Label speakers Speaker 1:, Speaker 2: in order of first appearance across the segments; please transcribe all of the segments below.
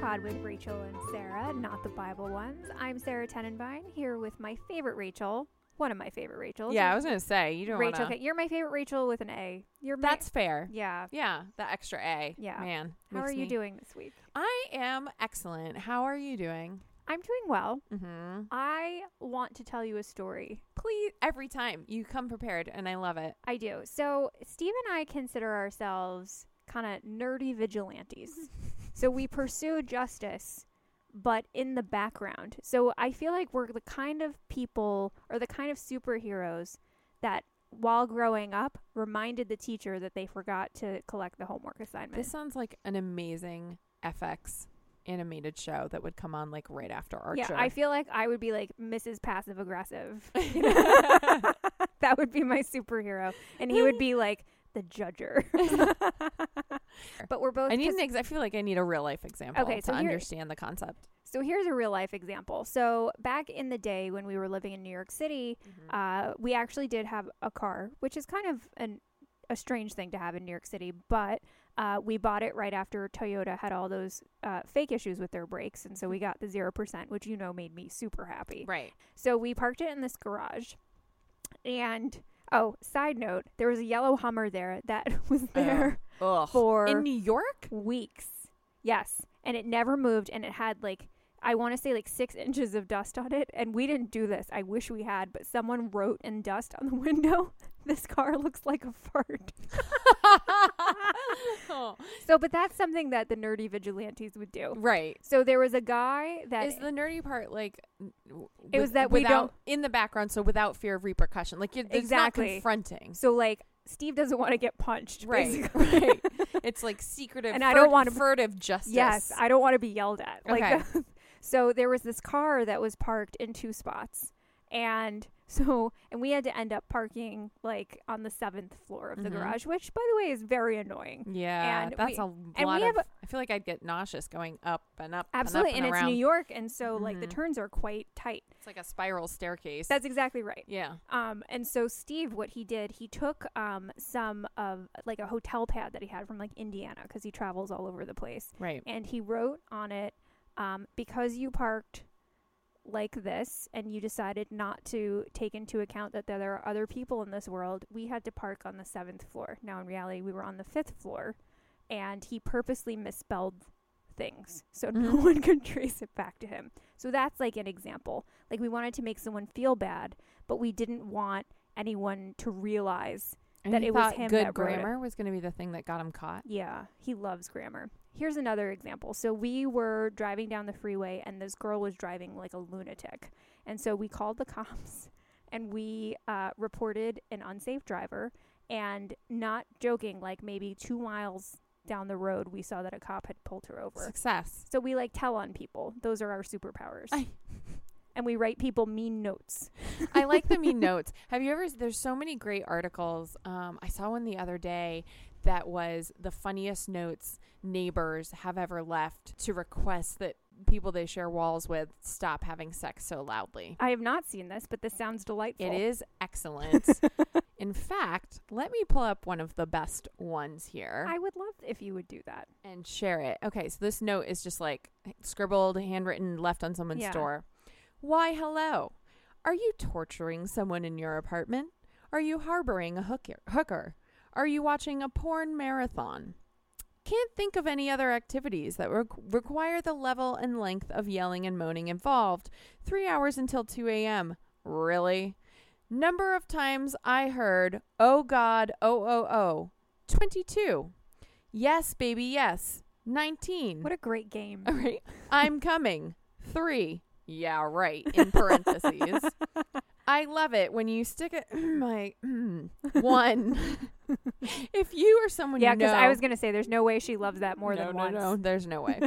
Speaker 1: Pod with Rachel and Sarah, not the Bible ones. I'm Sarah Tenenbein here with my favorite Rachel, one of my favorite Rachels.
Speaker 2: Yeah, I was gonna say you don't.
Speaker 1: Rachel.
Speaker 2: wanna-
Speaker 1: Ca- You're my favorite Rachel with an A. You're my-
Speaker 2: that's fair.
Speaker 1: yeah.
Speaker 2: Yeah, the extra A.
Speaker 1: Yeah.
Speaker 2: man.
Speaker 1: How are
Speaker 2: makes
Speaker 1: you
Speaker 2: me-
Speaker 1: doing this week?
Speaker 2: I am excellent. How are you doing?
Speaker 1: I'm doing well.
Speaker 2: Mm-hmm.
Speaker 1: I want to tell you a story.
Speaker 2: Please, every time you come prepared, and I love it.
Speaker 1: I do. So Steve and I consider ourselves kind of nerdy vigilantes. so we pursue justice, but in the background. So I feel like we're the kind of people or the kind of superheroes that, while growing up, reminded the teacher that they forgot to collect the homework assignment.
Speaker 2: This sounds like an amazing FX animated show that would come on like right after Archer.
Speaker 1: Yeah, I feel like I would be like Mrs. Passive Aggressive. you know? that would be my superhero, and he would be like the judger. but we're both.
Speaker 2: I need
Speaker 1: 'cause-
Speaker 2: an ex- I feel like I need a real life example
Speaker 1: Okay, so
Speaker 2: to
Speaker 1: here-
Speaker 2: understand the concept.
Speaker 1: So here's a real life example. So back in the day when we were living in New York City, uh, we actually did have a car, which is kind of an a strange thing to have in New York City, but uh, we bought it right after Toyota had all those uh, fake issues with their brakes, and so we got the zero percent, which you know made me super happy.
Speaker 2: Right.
Speaker 1: So we parked it in this garage, and oh, side note, there was a yellow Hummer there that was there
Speaker 2: Ugh.
Speaker 1: for
Speaker 2: In New York?
Speaker 1: weeks. Yes. And it never moved and it had like I want to say like six inches of dust on it. And we didn't do this. I wish we had, but someone wrote in dust on the window. This car looks like a fart.
Speaker 2: Oh,
Speaker 1: So, but that's something that the nerdy vigilantes would do.
Speaker 2: Right.
Speaker 1: So there was a guy that
Speaker 2: Is the nerdy part like n- w-
Speaker 1: It was that we
Speaker 2: without
Speaker 1: don't-
Speaker 2: in the background, so without fear of repercussion, like you're, it's
Speaker 1: Exactly.
Speaker 2: not confronting,
Speaker 1: so like Steve doesn't want to get punched.
Speaker 2: Right,
Speaker 1: basically.
Speaker 2: right. it's like secretive
Speaker 1: And I don't wanna-
Speaker 2: furtive justice.
Speaker 1: Yes, I don't want to be yelled at. Like,
Speaker 2: Okay.
Speaker 1: so there was this car that was parked in two spots, and so and we had to end up parking like on the seventh floor of the
Speaker 2: Mhm.
Speaker 1: garage, which by the way is very annoying.
Speaker 2: yeah,
Speaker 1: and
Speaker 2: that's
Speaker 1: we-
Speaker 2: a
Speaker 1: and
Speaker 2: lot
Speaker 1: we have
Speaker 2: of. I feel like I'd get nauseous going up and up,
Speaker 1: Absolutely,
Speaker 2: and, up and,
Speaker 1: it's
Speaker 2: around.
Speaker 1: New York, and so like the
Speaker 2: Mhm.
Speaker 1: turns are quite tight.
Speaker 2: It's like a spiral staircase.
Speaker 1: That's exactly right.
Speaker 2: yeah,
Speaker 1: Um, and so Steve, what he did, he took um some of like a hotel pad that he had from like Indiana because he travels all over the place.
Speaker 2: right.
Speaker 1: and he wrote on it um, because you parked like this and you decided not to take into account that there are other people in this world we had to park on the seventh floor now in reality we were on the fifth floor and he purposely misspelled things so no
Speaker 2: Mhm.
Speaker 1: one could trace it back to him so that's like an example like we wanted to make someone feel bad but we didn't want anyone to realize
Speaker 2: And
Speaker 1: that
Speaker 2: he
Speaker 1: it was
Speaker 2: thought
Speaker 1: him
Speaker 2: good
Speaker 1: that wrote it.
Speaker 2: grammar was going to be the thing that got him caught.
Speaker 1: yeah, he loves grammar. Here's another example. So we were driving down the freeway and this girl was driving like a lunatic. And so we called the cops and we uh, reported an unsafe driver. And not joking, like maybe two miles down the road, we saw that a cop had pulled her over.
Speaker 2: Success.
Speaker 1: So we like tell on people. Those are our superpowers.
Speaker 2: I-
Speaker 1: and we write people mean notes.
Speaker 2: I like the mean notes. Have you ever? There's so many great articles. Um, I saw one the other day that was the funniest notes neighbors have ever left to request that people they share walls with stop having sex so loudly.
Speaker 1: I have not seen this, but this sounds delightful.
Speaker 2: It is excellent. In fact, let me pull up one of the best ones here
Speaker 1: I would love if you would do that.
Speaker 2: and share it. Okay, so this note is just like scribbled, handwritten, left on someone's
Speaker 1: Yeah.
Speaker 2: door. Why, hello. Are you torturing someone in your apartment? Are you harboring a hooker? hooker? Are you watching a porn marathon? Can't think of any other activities that re- require the level and length of yelling and moaning involved. Three hours until 2 a.m. Really? Number of times I heard, oh God, oh, oh, oh, 22. Yes, baby, yes. 19.
Speaker 1: What a great game.
Speaker 2: All right. I'm coming. Three. Yeah, right. In parentheses. I love it when you stick it. My one. if you or someone
Speaker 1: Yeah,
Speaker 2: you know,
Speaker 1: because I was gonna say there's no way she loves that more
Speaker 2: no,
Speaker 1: than
Speaker 2: no,
Speaker 1: once.
Speaker 2: No, there's no way.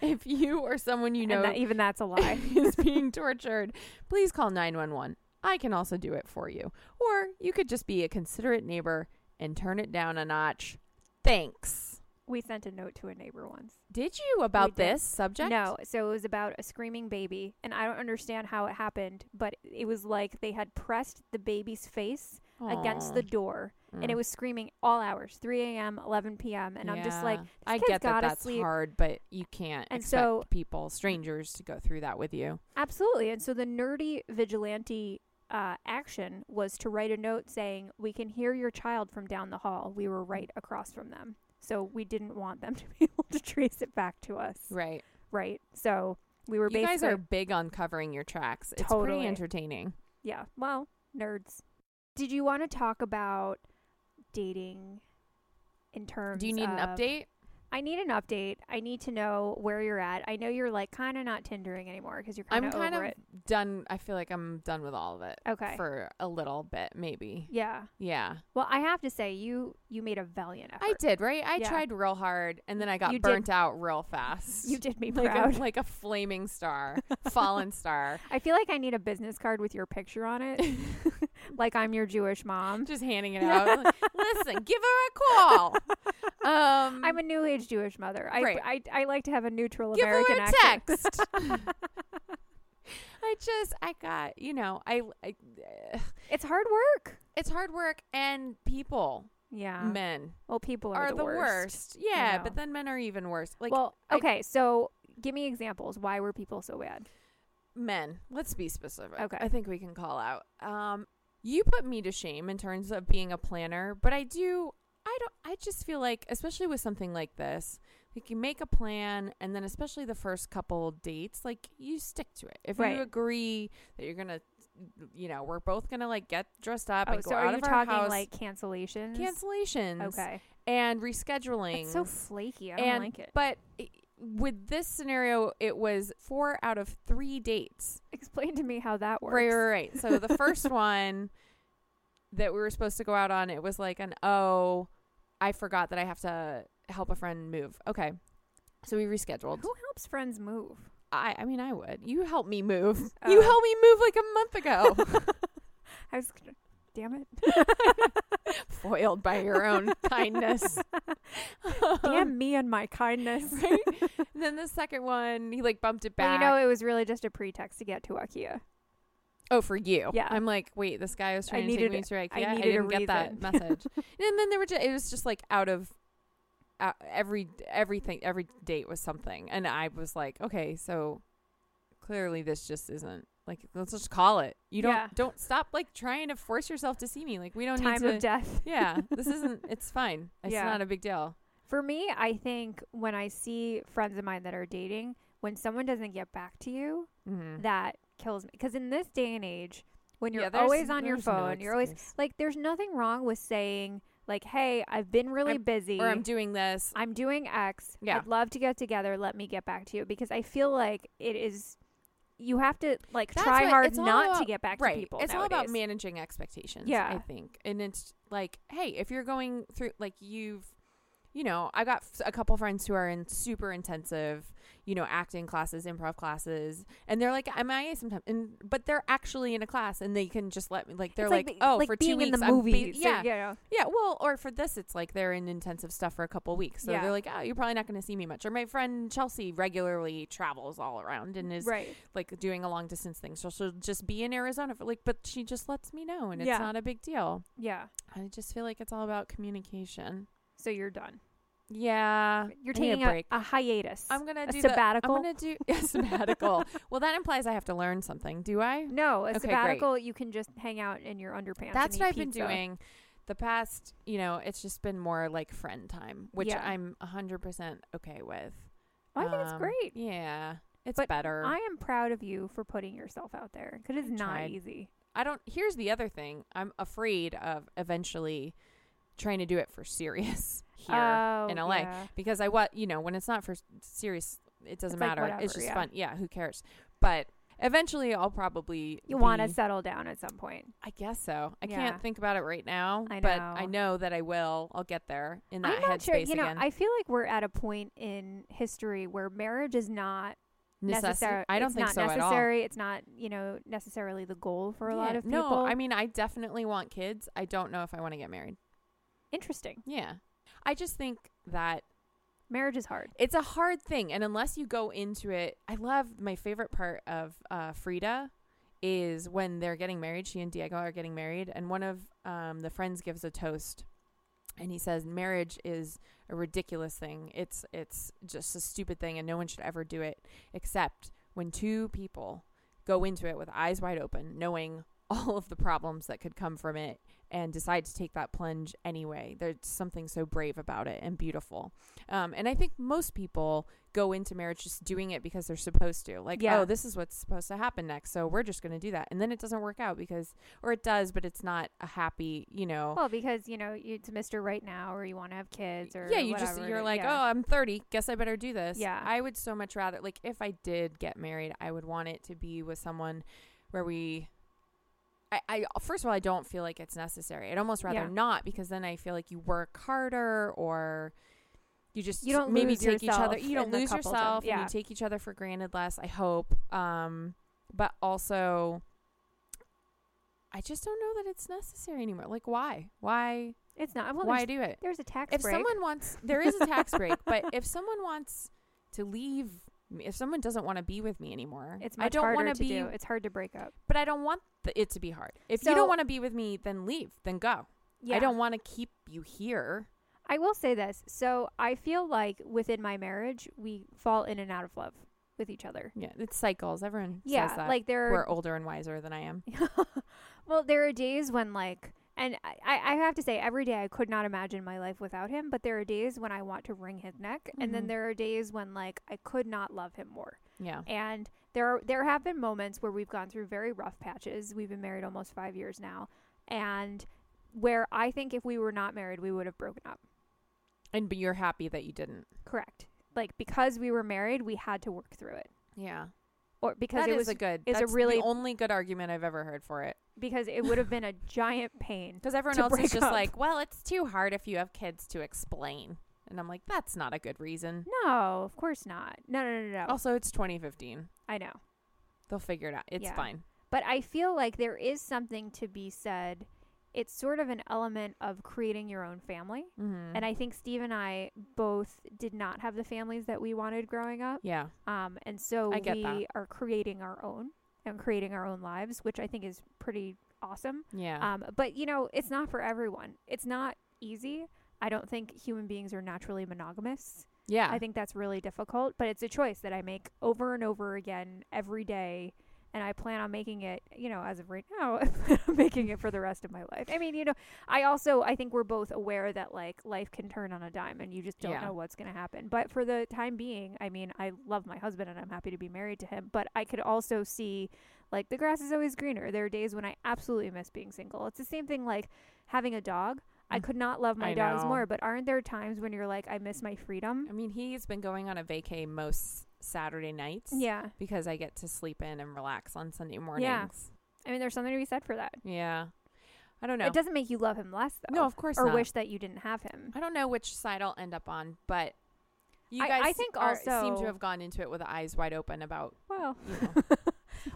Speaker 2: if you or someone you
Speaker 1: And
Speaker 2: know
Speaker 1: that, even that's a lie.
Speaker 2: is being tortured, please call nine one one. I can also do it for you, or you could just be a considerate neighbor and turn it down a notch. Thanks.
Speaker 1: we sent a note to a neighbor once.
Speaker 2: Did you
Speaker 1: did.
Speaker 2: about this subject?
Speaker 1: No, so it was about a screaming baby, and I don't understand how it happened, but it was like they had pressed the baby's face against the door, and
Speaker 2: Mm.
Speaker 1: it was screaming all hours, 3 a.m., 11 p.m. And I'm just like,
Speaker 2: Yeah.
Speaker 1: this
Speaker 2: I
Speaker 1: kid's
Speaker 2: get that
Speaker 1: gotta
Speaker 2: that's
Speaker 1: sleep.
Speaker 2: hard, but you can't
Speaker 1: And
Speaker 2: expect
Speaker 1: so-
Speaker 2: people, strangers, to go through that with you.
Speaker 1: Absolutely. And so the nerdy vigilante uh, action was to write a note saying, We can hear your child from down the hall. We were right across from them. So we didn't want them to be able to trace it back to us.
Speaker 2: Right.
Speaker 1: Right. So we were
Speaker 2: you
Speaker 1: basically.
Speaker 2: guys are big on covering your tracks. It's
Speaker 1: Totally.
Speaker 2: pretty entertaining.
Speaker 1: yeah. Well, nerds. Did you want to talk about dating in terms
Speaker 2: Do you need an
Speaker 1: of-
Speaker 2: update?
Speaker 1: I need an update. I need to know where you're at. I know you're like kind of not Tindering anymore because you're kind
Speaker 2: I'm kind
Speaker 1: over
Speaker 2: of
Speaker 1: it.
Speaker 2: done. I feel like I'm done with all of it.
Speaker 1: Okay.
Speaker 2: For a little bit, maybe.
Speaker 1: Yeah.
Speaker 2: Yeah.
Speaker 1: Well, I have to say, you you made a valiant effort.
Speaker 2: I did, right? I
Speaker 1: Yeah.
Speaker 2: tried real hard and then I got
Speaker 1: You did-
Speaker 2: burnt out real fast.
Speaker 1: You did me
Speaker 2: like
Speaker 1: proud.
Speaker 2: A, like a flaming star, fallen star.
Speaker 1: I feel like I need a business card with your picture on it. like I'm your Jewish mom.
Speaker 2: Just handing it out. Like, Listen, give her a call. Um,
Speaker 1: I'm a new age Jewish mother. I,
Speaker 2: Right.
Speaker 1: I, I like to have a neutral
Speaker 2: give
Speaker 1: American
Speaker 2: her a
Speaker 1: accent.
Speaker 2: text. I just, I got, you know, I, I
Speaker 1: It's hard work.
Speaker 2: it's hard work and people,
Speaker 1: Yeah.
Speaker 2: men
Speaker 1: Well, people are,
Speaker 2: are, the worst. Yeah,
Speaker 1: know.
Speaker 2: but then men are even worse. Like
Speaker 1: well,
Speaker 2: I-
Speaker 1: okay. so give me examples. Why were people so bad?
Speaker 2: men, let's be specific.
Speaker 1: Okay.
Speaker 2: I think we can call out. Um, you put me to shame in terms of being a planner, but I do. I don't. I just feel like, especially with something like this, like you make a plan, and then especially the first couple dates, like you stick to it. If
Speaker 1: Right.
Speaker 2: you agree that you're gonna, you know, we're both gonna like get dressed up
Speaker 1: Oh,
Speaker 2: and go
Speaker 1: so
Speaker 2: out
Speaker 1: are you
Speaker 2: of our
Speaker 1: talking
Speaker 2: house.
Speaker 1: like cancellations?
Speaker 2: cancellations
Speaker 1: Okay.
Speaker 2: and rescheduling?
Speaker 1: It's so flaky. I don't
Speaker 2: and
Speaker 1: like it.
Speaker 2: but. i with this scenario, it was four out of three dates
Speaker 1: Explain to me how that works.
Speaker 2: Right, right, right. So the first one that we were supposed to go out on, it was like an oh, I forgot that I have to help a friend move. Okay, so we rescheduled.
Speaker 1: Who helps friends move?
Speaker 2: I, I mean, I would. You helped me move.
Speaker 1: Oh.
Speaker 2: You helped me move like a month ago.
Speaker 1: I was gonna, damn it.
Speaker 2: Foiled by your own kindness. Um,
Speaker 1: Damn me and my kindness.
Speaker 2: Right? And then the second one, he like bumped it
Speaker 1: Well, you
Speaker 2: back.
Speaker 1: know, it was really just a pretext to get to IKEA.
Speaker 2: Oh, for you.
Speaker 1: Yeah.
Speaker 2: I'm like, wait, this guy was
Speaker 1: I
Speaker 2: trying
Speaker 1: needed-
Speaker 2: to take me to
Speaker 1: I
Speaker 2: IKEA. I,
Speaker 1: needed a
Speaker 2: didn't get that
Speaker 1: reason.
Speaker 2: message. and then there were just, it was just like out of out, every everything every date was something, and I was like, okay, so clearly this just isn't like let's just call it. You don't
Speaker 1: Yeah.
Speaker 2: don't stop like trying to force yourself to see me. Like we don't
Speaker 1: Time
Speaker 2: need to.
Speaker 1: of death.
Speaker 2: yeah, this isn't. It's fine. It's
Speaker 1: Yeah.
Speaker 2: not a big deal.
Speaker 1: For me, I think when I see friends of mine that are dating, when someone doesn't get back to you,
Speaker 2: Mm-hmm.
Speaker 1: that kills me. Because in this day and age, when you're always on your phone, you're always like, there's nothing wrong with saying, like, hey, I've been really busy.
Speaker 2: or I'm doing this.
Speaker 1: I'm doing X.
Speaker 2: Yeah.
Speaker 1: would love to get together. Let me get back to you. Because I feel like it is, you have to, like,
Speaker 2: That's
Speaker 1: try
Speaker 2: what-
Speaker 1: hard
Speaker 2: it's all
Speaker 1: not to
Speaker 2: about-
Speaker 1: get back
Speaker 2: right.
Speaker 1: to people.
Speaker 2: It's all about
Speaker 1: nowadays.
Speaker 2: managing expectations.
Speaker 1: Yeah.
Speaker 2: I think, and it's like, hey, if you're going through, like you've, you know, I got f- a couple friends who are in super intensive, you know, acting classes, improv classes, and they're like MIA sometimes, and but they're actually in a class, and they can just let me, like, they're
Speaker 1: It's
Speaker 2: like,
Speaker 1: the-
Speaker 2: oh, for two
Speaker 1: being
Speaker 2: weeks,
Speaker 1: in the
Speaker 2: I'm ba-
Speaker 1: movies. or,
Speaker 2: yeah,
Speaker 1: you know.
Speaker 2: yeah, well, or for this, it's like they're in intensive stuff for a couple weeks. So
Speaker 1: Yeah.
Speaker 2: they're like, oh, you're probably not going to see me much. Or my friend Chelsea regularly travels all around and is
Speaker 1: right.
Speaker 2: like doing a long distance thing. So she'll just be in Arizona for like, but she just lets me know and
Speaker 1: Yeah.
Speaker 2: it's not a big deal.
Speaker 1: Yeah.
Speaker 2: I just feel like it's all about communication.
Speaker 1: So you're done.
Speaker 2: Yeah.
Speaker 1: You're
Speaker 2: I need
Speaker 1: taking
Speaker 2: a
Speaker 1: a,
Speaker 2: break.
Speaker 1: a hiatus.
Speaker 2: I'm going
Speaker 1: a
Speaker 2: to do
Speaker 1: sabbatical?
Speaker 2: The, I'm going to do yeah, sabbatical. well, that implies I have to learn something, do I?
Speaker 1: no, a
Speaker 2: Okay, great.
Speaker 1: sabbatical. You can just hang out in your underpants.
Speaker 2: That's
Speaker 1: and
Speaker 2: what
Speaker 1: eat
Speaker 2: I've been
Speaker 1: pizza.
Speaker 2: doing. The past, you know, it's just been more like friend time, which
Speaker 1: Yeah.
Speaker 2: I'm 100% okay with.
Speaker 1: Well, I think it's
Speaker 2: Um,
Speaker 1: great.
Speaker 2: Yeah. It's
Speaker 1: But
Speaker 2: better.
Speaker 1: I am proud of you for putting yourself out there because it's
Speaker 2: I
Speaker 1: not
Speaker 2: tried.
Speaker 1: easy.
Speaker 2: I don't. Here's the other thing. I'm afraid of eventually trying to do it for serious here
Speaker 1: oh,
Speaker 2: in LA
Speaker 1: yeah.
Speaker 2: because I what you know when it's not for s- serious, it doesn't
Speaker 1: It's like
Speaker 2: matter.
Speaker 1: whatever,
Speaker 2: it's just
Speaker 1: yeah.
Speaker 2: fun. Yeah, who cares? But eventually, I'll probably
Speaker 1: You want to
Speaker 2: be-
Speaker 1: settle down at some point.
Speaker 2: I guess so. I
Speaker 1: Yeah.
Speaker 2: can't think about it right now,
Speaker 1: I
Speaker 2: but I
Speaker 1: know.
Speaker 2: know that I will. I'll get there in that
Speaker 1: I'm not
Speaker 2: headspace
Speaker 1: sure. You know,
Speaker 2: again.
Speaker 1: I feel like we're at a point in history where marriage is not
Speaker 2: Necessi-
Speaker 1: necessary.
Speaker 2: I don't
Speaker 1: it's
Speaker 2: think
Speaker 1: not
Speaker 2: so at all.
Speaker 1: necessary. It's not you know necessarily the goal for a lot
Speaker 2: Yeah.
Speaker 1: of people.
Speaker 2: No, I mean, I definitely want kids. I don't know if I want to get married.
Speaker 1: interesting.
Speaker 2: Yeah, I just think that
Speaker 1: Marriage is hard.
Speaker 2: it's a hard thing and unless you go into it i love my favorite part of uh, frida is when they're getting married, she and Diego are getting married, and one of um, the friends gives a toast, and he says, "Marriage is a ridiculous thing. It's it's just a stupid thing, and no one should ever do it except when two people go into it with eyes wide open, knowing all of the problems that could come from it, and decide to take that plunge anyway. There's something so brave about it and beautiful. Um, and I think most people go into marriage just doing it because they're supposed to. Like,
Speaker 1: Yeah.
Speaker 2: oh, this is what's supposed to happen next, so we're just going to do that. And then it doesn't work out because, or it does, but it's not a happy, you know.
Speaker 1: Well, because you know it's Mr. Right Now, or you want to have kids, or
Speaker 2: yeah, you
Speaker 1: whatever
Speaker 2: just
Speaker 1: it
Speaker 2: you're
Speaker 1: is.
Speaker 2: like,
Speaker 1: Yeah.
Speaker 2: oh, I'm 30. Guess I better do this.
Speaker 1: Yeah.
Speaker 2: I would so much rather like if I did get married, I would want it to be with someone where we. I, I first of all, I don't feel like it's necessary. I'd almost rather
Speaker 1: Yeah.
Speaker 2: not because then I feel like you work harder or you just
Speaker 1: You don't
Speaker 2: maybe
Speaker 1: lose
Speaker 2: take each other.
Speaker 1: yourself
Speaker 2: You don't
Speaker 1: in the
Speaker 2: lose
Speaker 1: coupledom.
Speaker 2: yourself and
Speaker 1: Yeah.
Speaker 2: you take each other for granted less. I hope, um, but also. I just don't know that it's necessary anymore. Like, why? Why?
Speaker 1: it's not. Well,
Speaker 2: "Oh, why
Speaker 1: there's,
Speaker 2: do it?
Speaker 1: there's a tax
Speaker 2: if
Speaker 1: break.
Speaker 2: someone wants there is a tax break but if someone wants to leave me- if someone doesn't want to be with me anymore
Speaker 1: it's
Speaker 2: i
Speaker 1: much
Speaker 2: don't
Speaker 1: harder
Speaker 2: wanna
Speaker 1: to
Speaker 2: be
Speaker 1: do. It's hard to break up.
Speaker 2: but i don't want th- it to be hard if you
Speaker 1: So-
Speaker 2: don't want to be with me then leave then go i don't want to keep you here
Speaker 1: I will say this. So I feel like within my marriage, we fall in and out of love with each other.
Speaker 2: yeah it's cycles everyone
Speaker 1: Yeah,
Speaker 2: says that
Speaker 1: like there
Speaker 2: we're
Speaker 1: are
Speaker 2: older and wiser than i am
Speaker 1: well, there are days when like, and I, I I have to say, every day I could not imagine my life without him. But there are days when I want to wring his neck, and then
Speaker 2: Mhm.
Speaker 1: there are days when like I could not love him more.
Speaker 2: yeah
Speaker 1: And there are, there have been moments where we've gone through very rough patches. We've been married almost five years now, and where I think if we were not married, we would have broken up.
Speaker 2: and but you're happy that you didn't
Speaker 1: Correct. Like because we were married, we had to work through it,
Speaker 2: yeah
Speaker 1: or because
Speaker 2: that
Speaker 1: it
Speaker 2: is
Speaker 1: was
Speaker 2: a good
Speaker 1: is a
Speaker 2: that's
Speaker 1: really-
Speaker 2: the only good argument i've ever heard for it
Speaker 1: because it would have been a giant pain.
Speaker 2: because everyone
Speaker 1: To
Speaker 2: else
Speaker 1: break
Speaker 2: is just
Speaker 1: up.
Speaker 2: like well it's too hard if you have kids to explain and i'm like that's not a good reason
Speaker 1: No, of course not. No, no, no, no. no.
Speaker 2: Also, it's 2015.
Speaker 1: I know.
Speaker 2: They'll figure it out. It's
Speaker 1: Yeah.
Speaker 2: fine.
Speaker 1: But I feel like there is something to be said. It's sort of an element of creating your own family.
Speaker 2: Mm-hmm.
Speaker 1: And I think Steve and I both did not have the families that we wanted growing up.
Speaker 2: yeah,
Speaker 1: Um, and so
Speaker 2: I get
Speaker 1: we
Speaker 2: that.
Speaker 1: are creating our own and creating our own lives, which I think is pretty awesome.
Speaker 2: yeah.
Speaker 1: Um, but, you know, it's not for everyone. It's not easy. I don't think human beings are naturally monogamous.
Speaker 2: yeah.
Speaker 1: I think that's really difficult, but it's a choice that I make over and over again every day. And I plan on making it, you know, as of right now, I plan on making it for the rest of my life. I mean, you know, I also I think we're both aware that like life can turn on a dime, and you just don't
Speaker 2: Yeah.
Speaker 1: know what's going to happen. But for the time being, I mean, I love my husband, and I'm happy to be married to him. But I could also see, like, the grass is always greener. There are days when I absolutely miss being single. It's the same thing like having a dog. I
Speaker 2: Mm.
Speaker 1: could not love my
Speaker 2: I
Speaker 1: dogs
Speaker 2: know.
Speaker 1: more, but aren't there times when you're like, I miss my freedom?
Speaker 2: I mean, he's been going on a vacay most Saturday nights.
Speaker 1: Yeah.
Speaker 2: Because I get to sleep in and relax on Sunday mornings.
Speaker 1: I mean, there's something to be said for that.
Speaker 2: Yeah. I don't know.
Speaker 1: It doesn't make you love him less, though.
Speaker 2: no, of course
Speaker 1: or
Speaker 2: not.
Speaker 1: wish that you didn't have him.
Speaker 2: I don't know which side I'll end up on, but you
Speaker 1: I-
Speaker 2: guys
Speaker 1: I think
Speaker 2: are- seem
Speaker 1: also-
Speaker 2: to have gone into it with eyes wide open about
Speaker 1: Well,
Speaker 2: you know,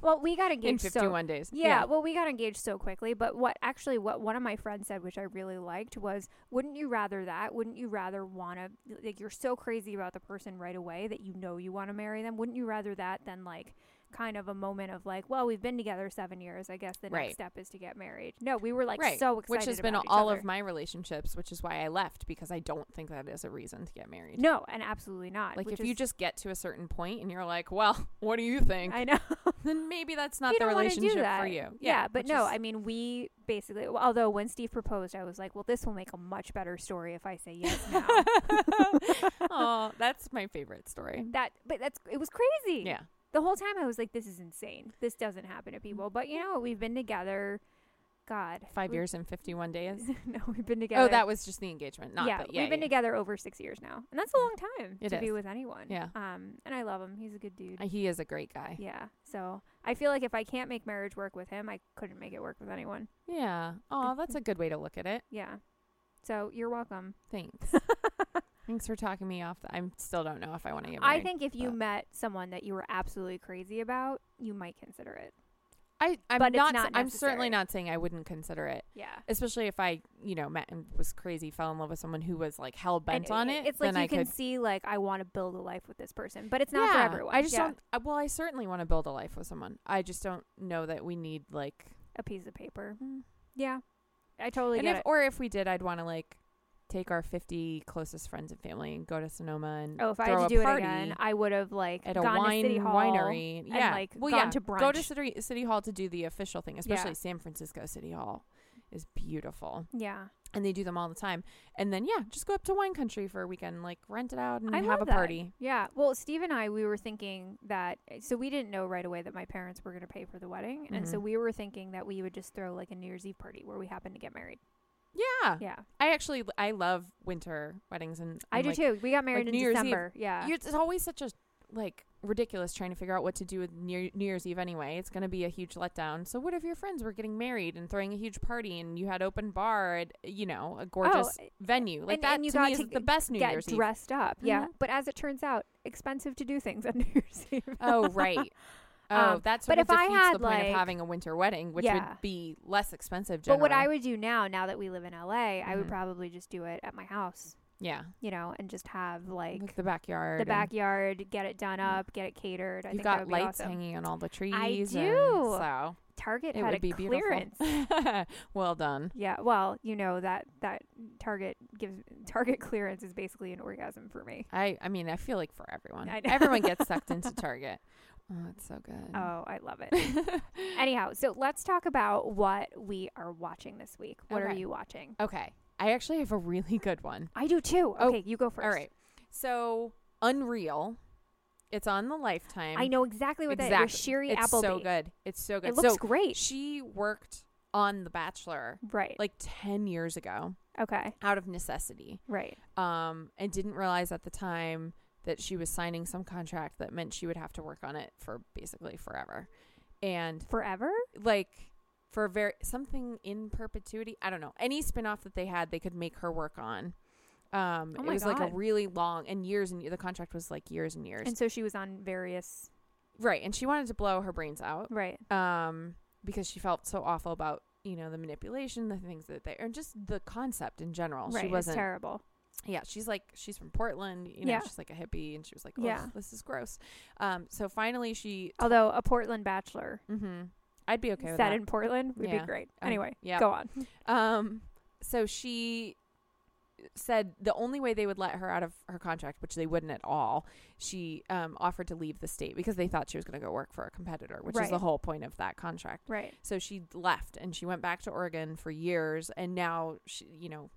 Speaker 1: well, we got
Speaker 2: in
Speaker 1: engaged so.
Speaker 2: 51 days.
Speaker 1: Yeah, well, we got engaged so quickly. But what actually, what one of my friends said, which I really liked, was, "Wouldn't you rather that? Wouldn't you rather want to like you're so crazy about the person right away that you know you want to marry them? Wouldn't you rather that than like kind of a moment of like, well, we've been together seven years. I guess the
Speaker 2: Right.
Speaker 1: next step is to get married. No, we were like
Speaker 2: right.
Speaker 1: so excited.
Speaker 2: which has been
Speaker 1: about each
Speaker 2: all
Speaker 1: other.
Speaker 2: of my relationships, which is why I left because I don't think that is a reason to get married.
Speaker 1: no, and absolutely not.
Speaker 2: Like
Speaker 1: which
Speaker 2: if you
Speaker 1: is-
Speaker 2: just get to a certain point and you're like, well, what do you think?
Speaker 1: I know.
Speaker 2: then maybe that's not
Speaker 1: You
Speaker 2: the
Speaker 1: don't wanna
Speaker 2: relationship
Speaker 1: do that.
Speaker 2: for you.
Speaker 1: Yeah, but
Speaker 2: which
Speaker 1: no,
Speaker 2: is-
Speaker 1: I mean, we basically, well, although when Steve proposed, I was like, well, this will make a much better story if I say yes now.
Speaker 2: oh, that's my favorite story.
Speaker 1: that, but that's, it was crazy.
Speaker 2: Yeah,
Speaker 1: The whole time I was like, this is insane. This doesn't happen to people. But you know what? We've been together, God.
Speaker 2: five
Speaker 1: we-
Speaker 2: years and fifty-one days.
Speaker 1: no, we've been together.
Speaker 2: Oh, that was just the engagement, not
Speaker 1: yeah,
Speaker 2: the, yeah
Speaker 1: we've been
Speaker 2: yeah.
Speaker 1: together over six years now. And that's a long time
Speaker 2: It
Speaker 1: to be
Speaker 2: is.
Speaker 1: with anyone.
Speaker 2: Yeah.
Speaker 1: Um, and I love him. He's a good dude.
Speaker 2: Uh, He is a great guy.
Speaker 1: yeah. So I feel like if I can't make marriage work with him, I couldn't make it work with anyone.
Speaker 2: Yeah. Oh, that's a good way to look at it.
Speaker 1: Yeah. So you're welcome.
Speaker 2: Thanks. Thanks for talking me off. The, I still don't know if I want to get
Speaker 1: I
Speaker 2: married.
Speaker 1: think if you
Speaker 2: but-
Speaker 1: met someone that you were absolutely crazy about, you might consider it.
Speaker 2: I, I'm
Speaker 1: But it's
Speaker 2: not.
Speaker 1: not
Speaker 2: I'm
Speaker 1: necessary.
Speaker 2: certainly not saying I wouldn't consider it,
Speaker 1: Yeah.
Speaker 2: especially if I, you know, met and was crazy, fell in love with someone who was like hell
Speaker 1: And
Speaker 2: bent on
Speaker 1: i-
Speaker 2: it.
Speaker 1: It's like
Speaker 2: then
Speaker 1: you
Speaker 2: I
Speaker 1: can
Speaker 2: could,
Speaker 1: see like I want to build a life with this person, but it's not for
Speaker 2: Yeah,
Speaker 1: everyone.
Speaker 2: I just
Speaker 1: Yeah.
Speaker 2: don't. I, well, I certainly want to build a life with someone. I just don't know that we need like.
Speaker 1: a piece of paper.
Speaker 2: Mm.
Speaker 1: Yeah. I totally
Speaker 2: and
Speaker 1: get
Speaker 2: if,
Speaker 1: it.
Speaker 2: or if we did, I'd want to like take our 50 closest friends and family and go to Sonoma and
Speaker 1: oh, if I
Speaker 2: throw
Speaker 1: had to
Speaker 2: a
Speaker 1: do it
Speaker 2: party
Speaker 1: again, I would have like
Speaker 2: at a
Speaker 1: gone
Speaker 2: wine
Speaker 1: to City Hall
Speaker 2: winery.
Speaker 1: and
Speaker 2: yeah,
Speaker 1: like
Speaker 2: well,
Speaker 1: gone
Speaker 2: yeah.
Speaker 1: to brunch.
Speaker 2: Go to city, city Hall to do the official thing, especially
Speaker 1: Yeah.
Speaker 2: San Francisco City Hall is beautiful,
Speaker 1: yeah.
Speaker 2: and they do them all the time. And then yeah, just go up to wine country for a weekend, like rent it out and
Speaker 1: I
Speaker 2: have
Speaker 1: love
Speaker 2: a
Speaker 1: that.
Speaker 2: party.
Speaker 1: Yeah. Well, Steve and I, we were thinking that, eh, so we didn't know right away that my parents were going to pay for the wedding. And so
Speaker 2: Mhm.
Speaker 1: we were thinking that we would just throw like a New Year's Eve party where we happen to get married.
Speaker 2: Yeah.
Speaker 1: Yeah.
Speaker 2: I actually I love winter weddings and,
Speaker 1: I
Speaker 2: and,
Speaker 1: do
Speaker 2: like,
Speaker 1: too. We got married
Speaker 2: like
Speaker 1: in
Speaker 2: New Year's Eve.
Speaker 1: December. Yeah.
Speaker 2: you- It's always such a like ridiculous trying to figure out what to do with New New Year's Eve anyway. It's going to be a huge letdown. So what if your friends were getting married and throwing a huge party and you had open bar at you know a gorgeous venue like
Speaker 1: Oh, and-
Speaker 2: that?
Speaker 1: and you
Speaker 2: to
Speaker 1: got
Speaker 2: me
Speaker 1: to
Speaker 2: is the best New
Speaker 1: Get
Speaker 2: Year's Eve.
Speaker 1: dressed up. Yeah.
Speaker 2: Mhm.
Speaker 1: But as it turns out, expensive to do things on New Year's Eve.
Speaker 2: oh right. Oh,
Speaker 1: Um,
Speaker 2: that's
Speaker 1: but
Speaker 2: what
Speaker 1: if I had,
Speaker 2: the point
Speaker 1: like-
Speaker 2: of having a winter wedding, which
Speaker 1: Yeah.
Speaker 2: would be less expensive.
Speaker 1: But
Speaker 2: Generally.
Speaker 1: what I would do now, now that we live in LA, I would
Speaker 2: Mhm.
Speaker 1: probably just do it at my house,
Speaker 2: yeah,
Speaker 1: you know, and just have like
Speaker 2: like the backyard,
Speaker 1: the
Speaker 2: and
Speaker 1: backyard, get it done up, get it catered. I
Speaker 2: You
Speaker 1: think that
Speaker 2: got
Speaker 1: would be
Speaker 2: lights
Speaker 1: awesome.
Speaker 2: hanging on all the trees. and
Speaker 1: do.
Speaker 2: so
Speaker 1: Target
Speaker 2: it
Speaker 1: had
Speaker 2: would
Speaker 1: a
Speaker 2: be
Speaker 1: clearance.
Speaker 2: beautiful. well done.
Speaker 1: Yeah, well, you know that that Target gives Target clearance is basically an orgasm for me.
Speaker 2: I I mean, I feel like for everyone,
Speaker 1: I know.
Speaker 2: everyone gets sucked into Target. Oh, it's so good.
Speaker 1: Oh, I love it. Anyhow, so let's talk about what we are watching this week. What are
Speaker 2: Okay.
Speaker 1: you watching?
Speaker 2: okay, I actually have a really good one.
Speaker 1: I do too.
Speaker 2: Oh,
Speaker 1: Okay, you go first.
Speaker 2: All right, so Unreal, it's on the Lifetime.
Speaker 1: I know exactly what that
Speaker 2: exactly.
Speaker 1: is. Sherry
Speaker 2: it's
Speaker 1: Appleby.
Speaker 2: so good. It's so good.
Speaker 1: It looks
Speaker 2: so
Speaker 1: great.
Speaker 2: she worked on The Bachelor
Speaker 1: right.
Speaker 2: like ten years ago
Speaker 1: okay.
Speaker 2: out of necessity,
Speaker 1: Right.
Speaker 2: um, and didn't realize at the time that she was signing some contract that meant she would have to work on it for basically forever, and
Speaker 1: Forever?
Speaker 2: like for a very something in perpetuity. I don't know. Any spin-off that they had, they could make her work on. Um,
Speaker 1: Oh
Speaker 2: it
Speaker 1: my
Speaker 2: was like a
Speaker 1: God.
Speaker 2: really long and years and the contract was like years and years.
Speaker 1: And so she was on various
Speaker 2: right, and she wanted to blow her brains out
Speaker 1: Right.
Speaker 2: um because she felt so awful about, you know, the manipulation, the things that they and just the concept in general.
Speaker 1: right.
Speaker 2: She
Speaker 1: It's
Speaker 2: wasn't
Speaker 1: terrible.
Speaker 2: yeah, she's like she's from Portland, you know,
Speaker 1: Yeah.
Speaker 2: she's like a hippie and she was like, "Oh,
Speaker 1: Yeah.
Speaker 2: this is gross." Um so finally she
Speaker 1: Although a Portland bachelor
Speaker 2: Mhm. I'd be okay with
Speaker 1: set
Speaker 2: that.
Speaker 1: in Portland would
Speaker 2: Yeah.
Speaker 1: be great.
Speaker 2: Um,
Speaker 1: Anyway,
Speaker 2: yeah.
Speaker 1: go on.
Speaker 2: Um, so she said the only way they would let her out of her contract, which they wouldn't at all, she um, offered to leave the state because they thought she was going to go work for a competitor, which is the
Speaker 1: Right.
Speaker 2: whole point of that contract.
Speaker 1: Right.
Speaker 2: So she left and she went back to Oregon for years, and now she, you know,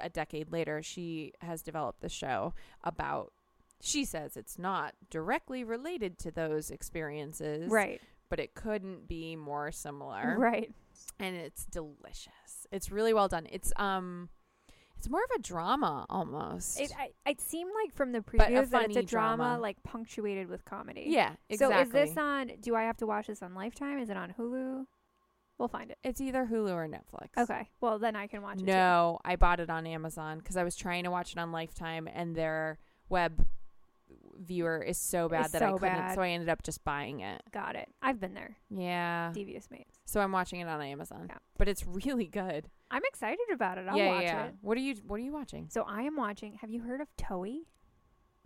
Speaker 2: a decade later, she has developed the show about. She says it's not directly related to those experiences,
Speaker 1: Right.
Speaker 2: But it couldn't be more similar
Speaker 1: Right.
Speaker 2: and it's delicious. It's really well done. It's um, it's more of a drama almost.
Speaker 1: It I, it seemed like from the
Speaker 2: But a
Speaker 1: previews that it's a
Speaker 2: funny
Speaker 1: drama,
Speaker 2: drama.
Speaker 1: like punctuated with comedy.
Speaker 2: yeah, exactly.
Speaker 1: So is this on? Do I have to watch this on Lifetime? Is it on Hulu? We'll find it.
Speaker 2: it's either Hulu or Netflix.
Speaker 1: Okay. Well, then I can watch it.
Speaker 2: No, I bought it on Amazon because I was trying to watch it on Lifetime, and their web viewer is so bad
Speaker 1: It's
Speaker 2: that I
Speaker 1: so
Speaker 2: couldn't.
Speaker 1: bad.
Speaker 2: So I ended up just buying it.
Speaker 1: Too. Got it. I've been there.
Speaker 2: Yeah.
Speaker 1: Devious mates.
Speaker 2: So I'm watching it on Amazon,
Speaker 1: Yeah.
Speaker 2: but it's really good.
Speaker 1: I'm excited about it. I'll
Speaker 2: yeah,
Speaker 1: watch
Speaker 2: yeah, yeah.
Speaker 1: it.
Speaker 2: What are you What are you watching?
Speaker 1: So I am watching. Have you heard of Towie?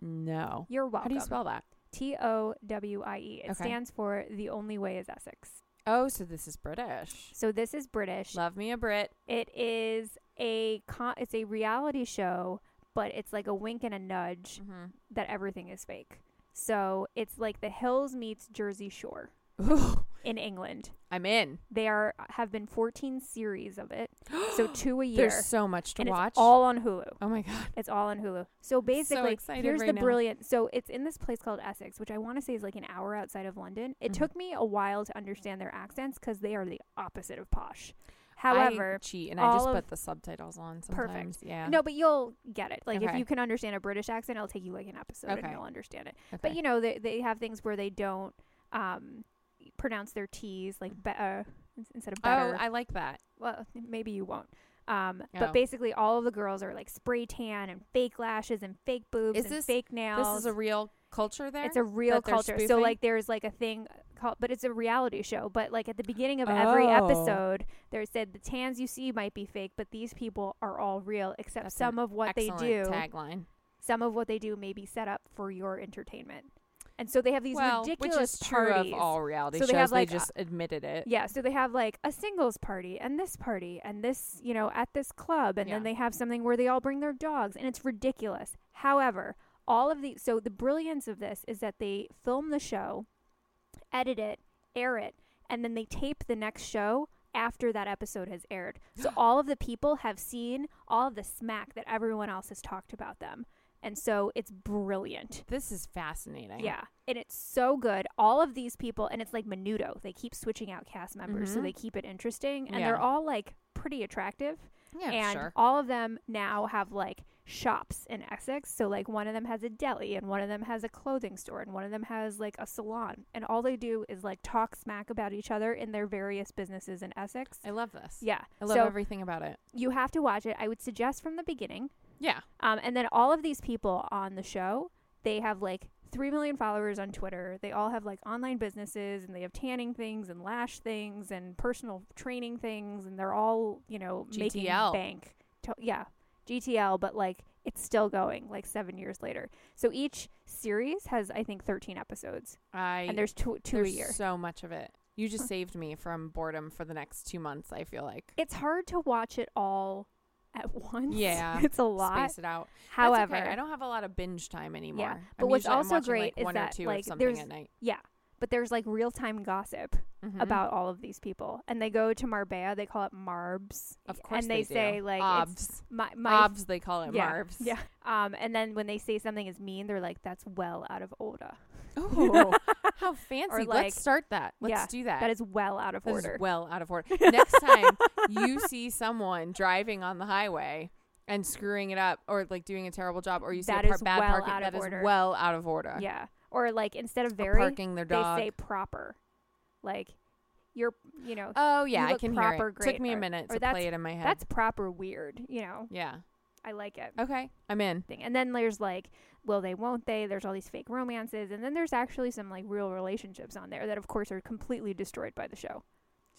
Speaker 2: No.
Speaker 1: You're welcome.
Speaker 2: How do you spell that?
Speaker 1: T O W I E. It
Speaker 2: Okay.
Speaker 1: stands for The Only Way Is Essex.
Speaker 2: Oh, so this is British.
Speaker 1: So this is British.
Speaker 2: Love me a Brit.
Speaker 1: It is a con- it's a reality show, but it's like a wink and a
Speaker 2: Mm.
Speaker 1: nudge
Speaker 2: Mm-hmm.
Speaker 1: that everything is fake. So it's like The Hills meets Jersey Shore
Speaker 2: Ooh,
Speaker 1: in England.
Speaker 2: I'm in.
Speaker 1: They are have been 14 series of it, so two a year.
Speaker 2: There's so much to
Speaker 1: and
Speaker 2: watch.
Speaker 1: it's all on Hulu.
Speaker 2: oh my god.
Speaker 1: It's all on Hulu. So basically,
Speaker 2: excited
Speaker 1: here's
Speaker 2: right
Speaker 1: the
Speaker 2: now.
Speaker 1: brilliant. So it's in this place called Essex, which I want to say is like an hour outside of London. It
Speaker 2: Mhm.
Speaker 1: took me a while to understand their accents because they are the opposite of posh.
Speaker 2: I
Speaker 1: However,
Speaker 2: cheat and I just
Speaker 1: all of-
Speaker 2: put the subtitles on sometimes. Yeah.
Speaker 1: No, but you'll get it. Like if
Speaker 2: Okay.
Speaker 1: you can understand a British accent, it'll take you like an episode and
Speaker 2: Okay.
Speaker 1: you'll understand it.
Speaker 2: Okay.
Speaker 1: But you know, they they have things where they don't um pronounce their T's like better instead of better.
Speaker 2: oh, I like that.
Speaker 1: well, maybe you won't. Um, but
Speaker 2: Oh.
Speaker 1: basically, all of the girls are like spray tan and fake lashes and fake boobs
Speaker 2: Is
Speaker 1: and
Speaker 2: this-
Speaker 1: fake nails.
Speaker 2: This is a real culture there.
Speaker 1: it's a real
Speaker 2: that they're
Speaker 1: culture. So
Speaker 2: spoofing?
Speaker 1: like, there's like a thing called, but it's a reality show. But like at the beginning of every
Speaker 2: Oh.
Speaker 1: episode, there said the tans you see might be fake, but these people are all real, except
Speaker 2: That's an
Speaker 1: some of what they
Speaker 2: Excellent
Speaker 1: do.
Speaker 2: tagline.
Speaker 1: Some of what they do may be set up for your entertainment. And so they have these
Speaker 2: well,
Speaker 1: ridiculous
Speaker 2: which is true
Speaker 1: parties.
Speaker 2: of all reality
Speaker 1: So they
Speaker 2: shows.
Speaker 1: have, like, a-
Speaker 2: they just admitted it.
Speaker 1: Yeah, so they have like a singles party and this party and this, you know, at this club, and then
Speaker 2: Yeah.
Speaker 1: they have something where they all bring their dogs, and it's ridiculous. However, all of the so the brilliance of this is that they film the show, edit it, air it, and then they tape the next show after that episode has aired. So all of the people have seen all of the smack that everyone else has talked about them. And so it's brilliant.
Speaker 2: This is fascinating.
Speaker 1: Yeah. And it's so good. All of these people, and it's like Menudo. They keep switching out cast members so
Speaker 2: Mhm.
Speaker 1: they keep it interesting. And
Speaker 2: Yeah.
Speaker 1: they're all like pretty attractive.
Speaker 2: Yeah,
Speaker 1: and
Speaker 2: sure.
Speaker 1: all of them now have like shops in Essex. So, like, one of them has a deli, and one of them has a clothing store, and one of them has like a salon. And all they do is like talk smack about each other in their various businesses in Essex.
Speaker 2: I love this.
Speaker 1: Yeah.
Speaker 2: I love
Speaker 1: so,
Speaker 2: everything about it.
Speaker 1: you have to watch it. I would suggest from the beginning.
Speaker 2: Yeah.
Speaker 1: Um, and then all of these people on the show, they have like 3 million followers on Twitter. They all have like online businesses and they have tanning things and lash things and personal training things. And they're all, you know, making
Speaker 2: GTL.
Speaker 1: bank. To- yeah. GTL, but like it's still going like seven years later. So each series has, I think, 13 episodes.
Speaker 2: I
Speaker 1: and there's two, two a
Speaker 2: there's
Speaker 1: year.
Speaker 2: So much of it. You just saved me from boredom for the next two months. I feel like.
Speaker 1: It's hard to watch it all at once.
Speaker 2: Yeah.
Speaker 1: it's a lot.
Speaker 2: Space it out. That's okay.
Speaker 1: However,
Speaker 2: I don't have a lot of binge time anymore.
Speaker 1: but
Speaker 2: I'm
Speaker 1: what's
Speaker 2: usually- I'm
Speaker 1: also
Speaker 2: watching,
Speaker 1: great
Speaker 2: like,
Speaker 1: is
Speaker 2: one
Speaker 1: that,
Speaker 2: or two
Speaker 1: like,
Speaker 2: of something
Speaker 1: there's-
Speaker 2: at night.
Speaker 1: yeah. But there's like real time gossip.
Speaker 2: Mhm.
Speaker 1: about all of these people. And they go to Marbella. They call it Marbs.
Speaker 2: Of course,
Speaker 1: and they,
Speaker 2: do.
Speaker 1: say like it's
Speaker 2: obs,
Speaker 1: my my f-
Speaker 2: obs. They call it
Speaker 1: yeah,
Speaker 2: marvs.
Speaker 1: Yeah. Um. And then when they say something is mean, they're like, "That's well out of order.
Speaker 2: Oh, how fancy!
Speaker 1: like-
Speaker 2: Let's start that. Let's
Speaker 1: yeah,
Speaker 2: do that.
Speaker 1: That is well out of
Speaker 2: This is
Speaker 1: order."
Speaker 2: well out of order. Next time you see someone driving on the highway and screwing it up, or like doing a terrible job, or you see
Speaker 1: That
Speaker 2: a par-
Speaker 1: is
Speaker 2: bad
Speaker 1: well
Speaker 2: parking,
Speaker 1: out
Speaker 2: that
Speaker 1: of
Speaker 2: is
Speaker 1: order.
Speaker 2: well out of order.
Speaker 1: yeah. Or like instead of
Speaker 2: Or
Speaker 1: very,
Speaker 2: parking their
Speaker 1: they
Speaker 2: dog.
Speaker 1: say proper. Like, you're you know
Speaker 2: oh yeah, I
Speaker 1: look
Speaker 2: can
Speaker 1: proper
Speaker 2: hear it.
Speaker 1: great,"
Speaker 2: Took me a
Speaker 1: or-
Speaker 2: minute
Speaker 1: or
Speaker 2: to
Speaker 1: that's-
Speaker 2: play it in my head.
Speaker 1: that's proper weird. You know,
Speaker 2: yeah.
Speaker 1: I like it.
Speaker 2: Okay, I'm in.
Speaker 1: thing. And then there's like, will they, won't they? There's all these fake romances, and then there's actually some like real relationships on there that, of course, are completely destroyed by the show.